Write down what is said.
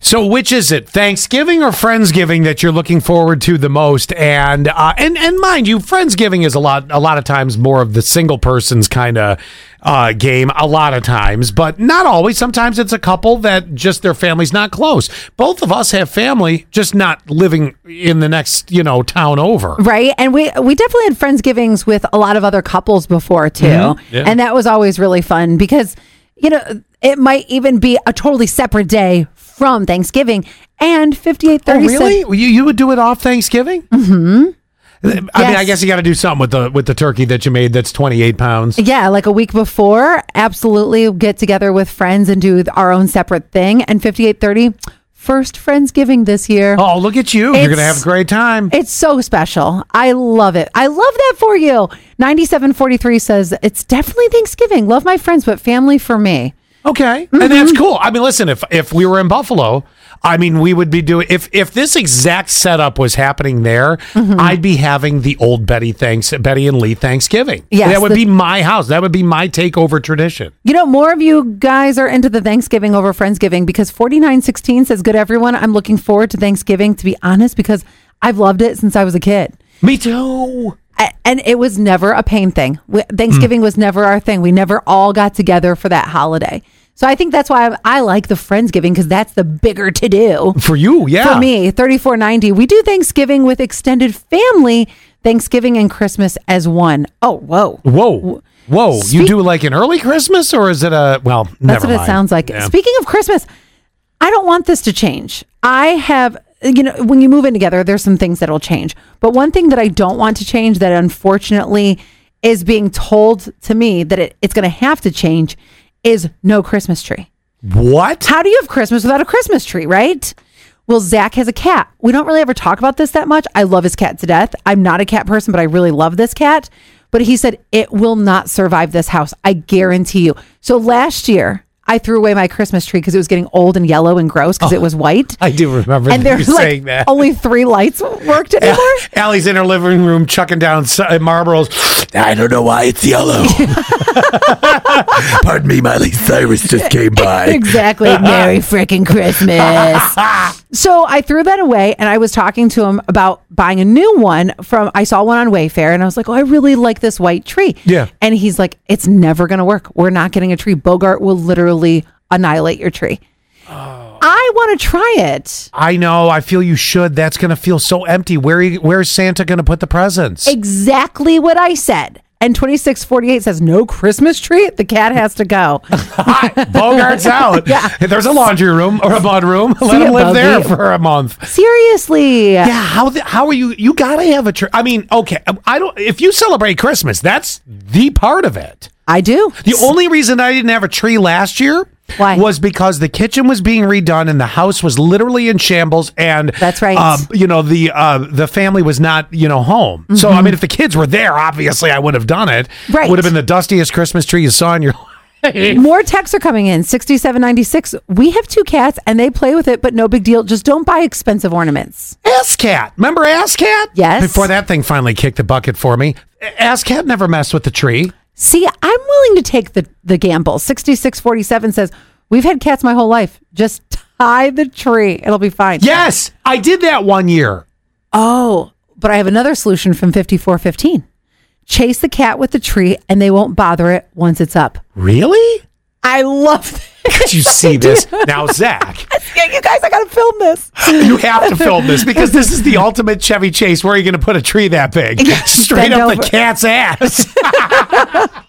So, which is it, Thanksgiving or Friendsgiving, that you're looking forward to the most? And uh, and and mind you, Friendsgiving is a lot a lot of times more of the single person's kind of uh, game. A lot of times, but not always. Sometimes it's a couple that just their family's not close. Both of us have family, just not living in the next you know town over. Right. And we we definitely had friendsgivings with a lot of other couples before too. Mm-hmm. Yeah. And that was always really fun because you know, it might even be a totally separate day from Thanksgiving and 5830 said- Oh, really? You you would do it off Thanksgiving? Mm-hmm. I mean, I Yes. guess you got to do something with the with the turkey that you made. That's twenty eight pounds. Yeah, like a week before, absolutely get together with friends and do our own separate thing. And 5830, first Friendsgiving this year. Oh, look at you! You're gonna It's- have a great time. It's so special. I love it. I love that for you. 9743 says, It's definitely Thanksgiving. Love my friends, but family for me. Okay, and that's Mm-hmm. cool. I mean, listen, if if we were in Buffalo, I mean, we would be doing if if this exact setup was happening there, Mm-hmm. I'd be having the old Betty thanks Betty and Lee Thanksgiving. Yes, that would be the- my house. That would be my takeover tradition. You know, more of you guys are into the Thanksgiving over Friendsgiving because 4916 says, Good everyone. I'm looking forward to Thanksgiving, to be honest, because I've loved it since I was a kid. Me too. A- And it was never a pain thing. We- Thanksgiving was never our thing. We never all got together for that holiday. So I think that's why I, I like the Friendsgiving because that's the bigger to do. For you, yeah. For me, 3490, we do Thanksgiving with extended family, Thanksgiving and Christmas as one. Oh, whoa. Whoa. Whoa. you Speak- do like an early Christmas or is it a well, That's never what mind. it sounds like. Yeah. Speaking of Christmas, I don't want this to change. I have, you know, when you move in together, there's some things that'll change. But one thing that I don't want to change that unfortunately is being told to me that it, it's going to have to change is no Christmas tree. what? How do you have Christmas without a Christmas tree, right? Well, Zach has a cat. We don't really ever talk about this that much. I love his cat to death. I'm not a cat person, but I really love this cat. But he said, it will not survive this house. I guarantee you. So last year, I threw away my Christmas tree because it was getting old and yellow and gross because it was white. Oh. I do remember And you there's like saying that. only three lights worked anymore. Allie's in her living room chucking down s- uh, Marlboros. I don't know why it's yellow. Pardon me, Miley Cyrus just came by. exactly. Merry freaking Christmas. so I threw that away and I was talking to him about buying a new one from I saw one on Wayfair and I was like, Oh, I really like this white tree. Yeah. And he's like, It's never gonna work. We're not getting a tree. Bogart will literally annihilate your tree. Oh. I wanna try it. I know. I feel you should. That's going to feel so empty. Where you- where's Santa going to put the presents? Exactly what I said. And 2648 says, No Christmas tree? The cat has to go. Bogart's out. Yeah. There's a laundry room or a mud room. Let ya, him live there Bubby. for a month. Seriously. Yeah, how the, how are you? You gotta have a tree. I mean, okay, um, I don't. If you celebrate Christmas, that's the part of it. I do. The only reason I didn't have a tree last year Why? was because the kitchen was being redone and the house was literally in shambles. And That's right. um, you know the uh, the family was not you know home. So I mean, if the kids were there, obviously I would have done it. Mm-hmm. Right. would have been the dustiest Christmas tree you saw in your. More texts are coming in. 6796. We have two cats and they play with it, but no big deal. Just don't buy expensive ornaments. Ass cat, remember Ass cat? Yes. Before that thing finally kicked the bucket for me, Ass cat never messed with the tree. See, I'm willing to take the, the gamble. 6647 says, We've had cats my whole life. Just tie the tree. It'll be fine. Yes, I did that one year. Oh, but I have another solution from 5415. Chase the cat with the tree and they won't bother it once it's up. Really? I love this. Did you see this? Now, Zach, you guys, I got to film this. you have to film this because this is the ultimate Chevy Chase. Where are you going to put a tree that big? Straight bend up over. the cat's ass.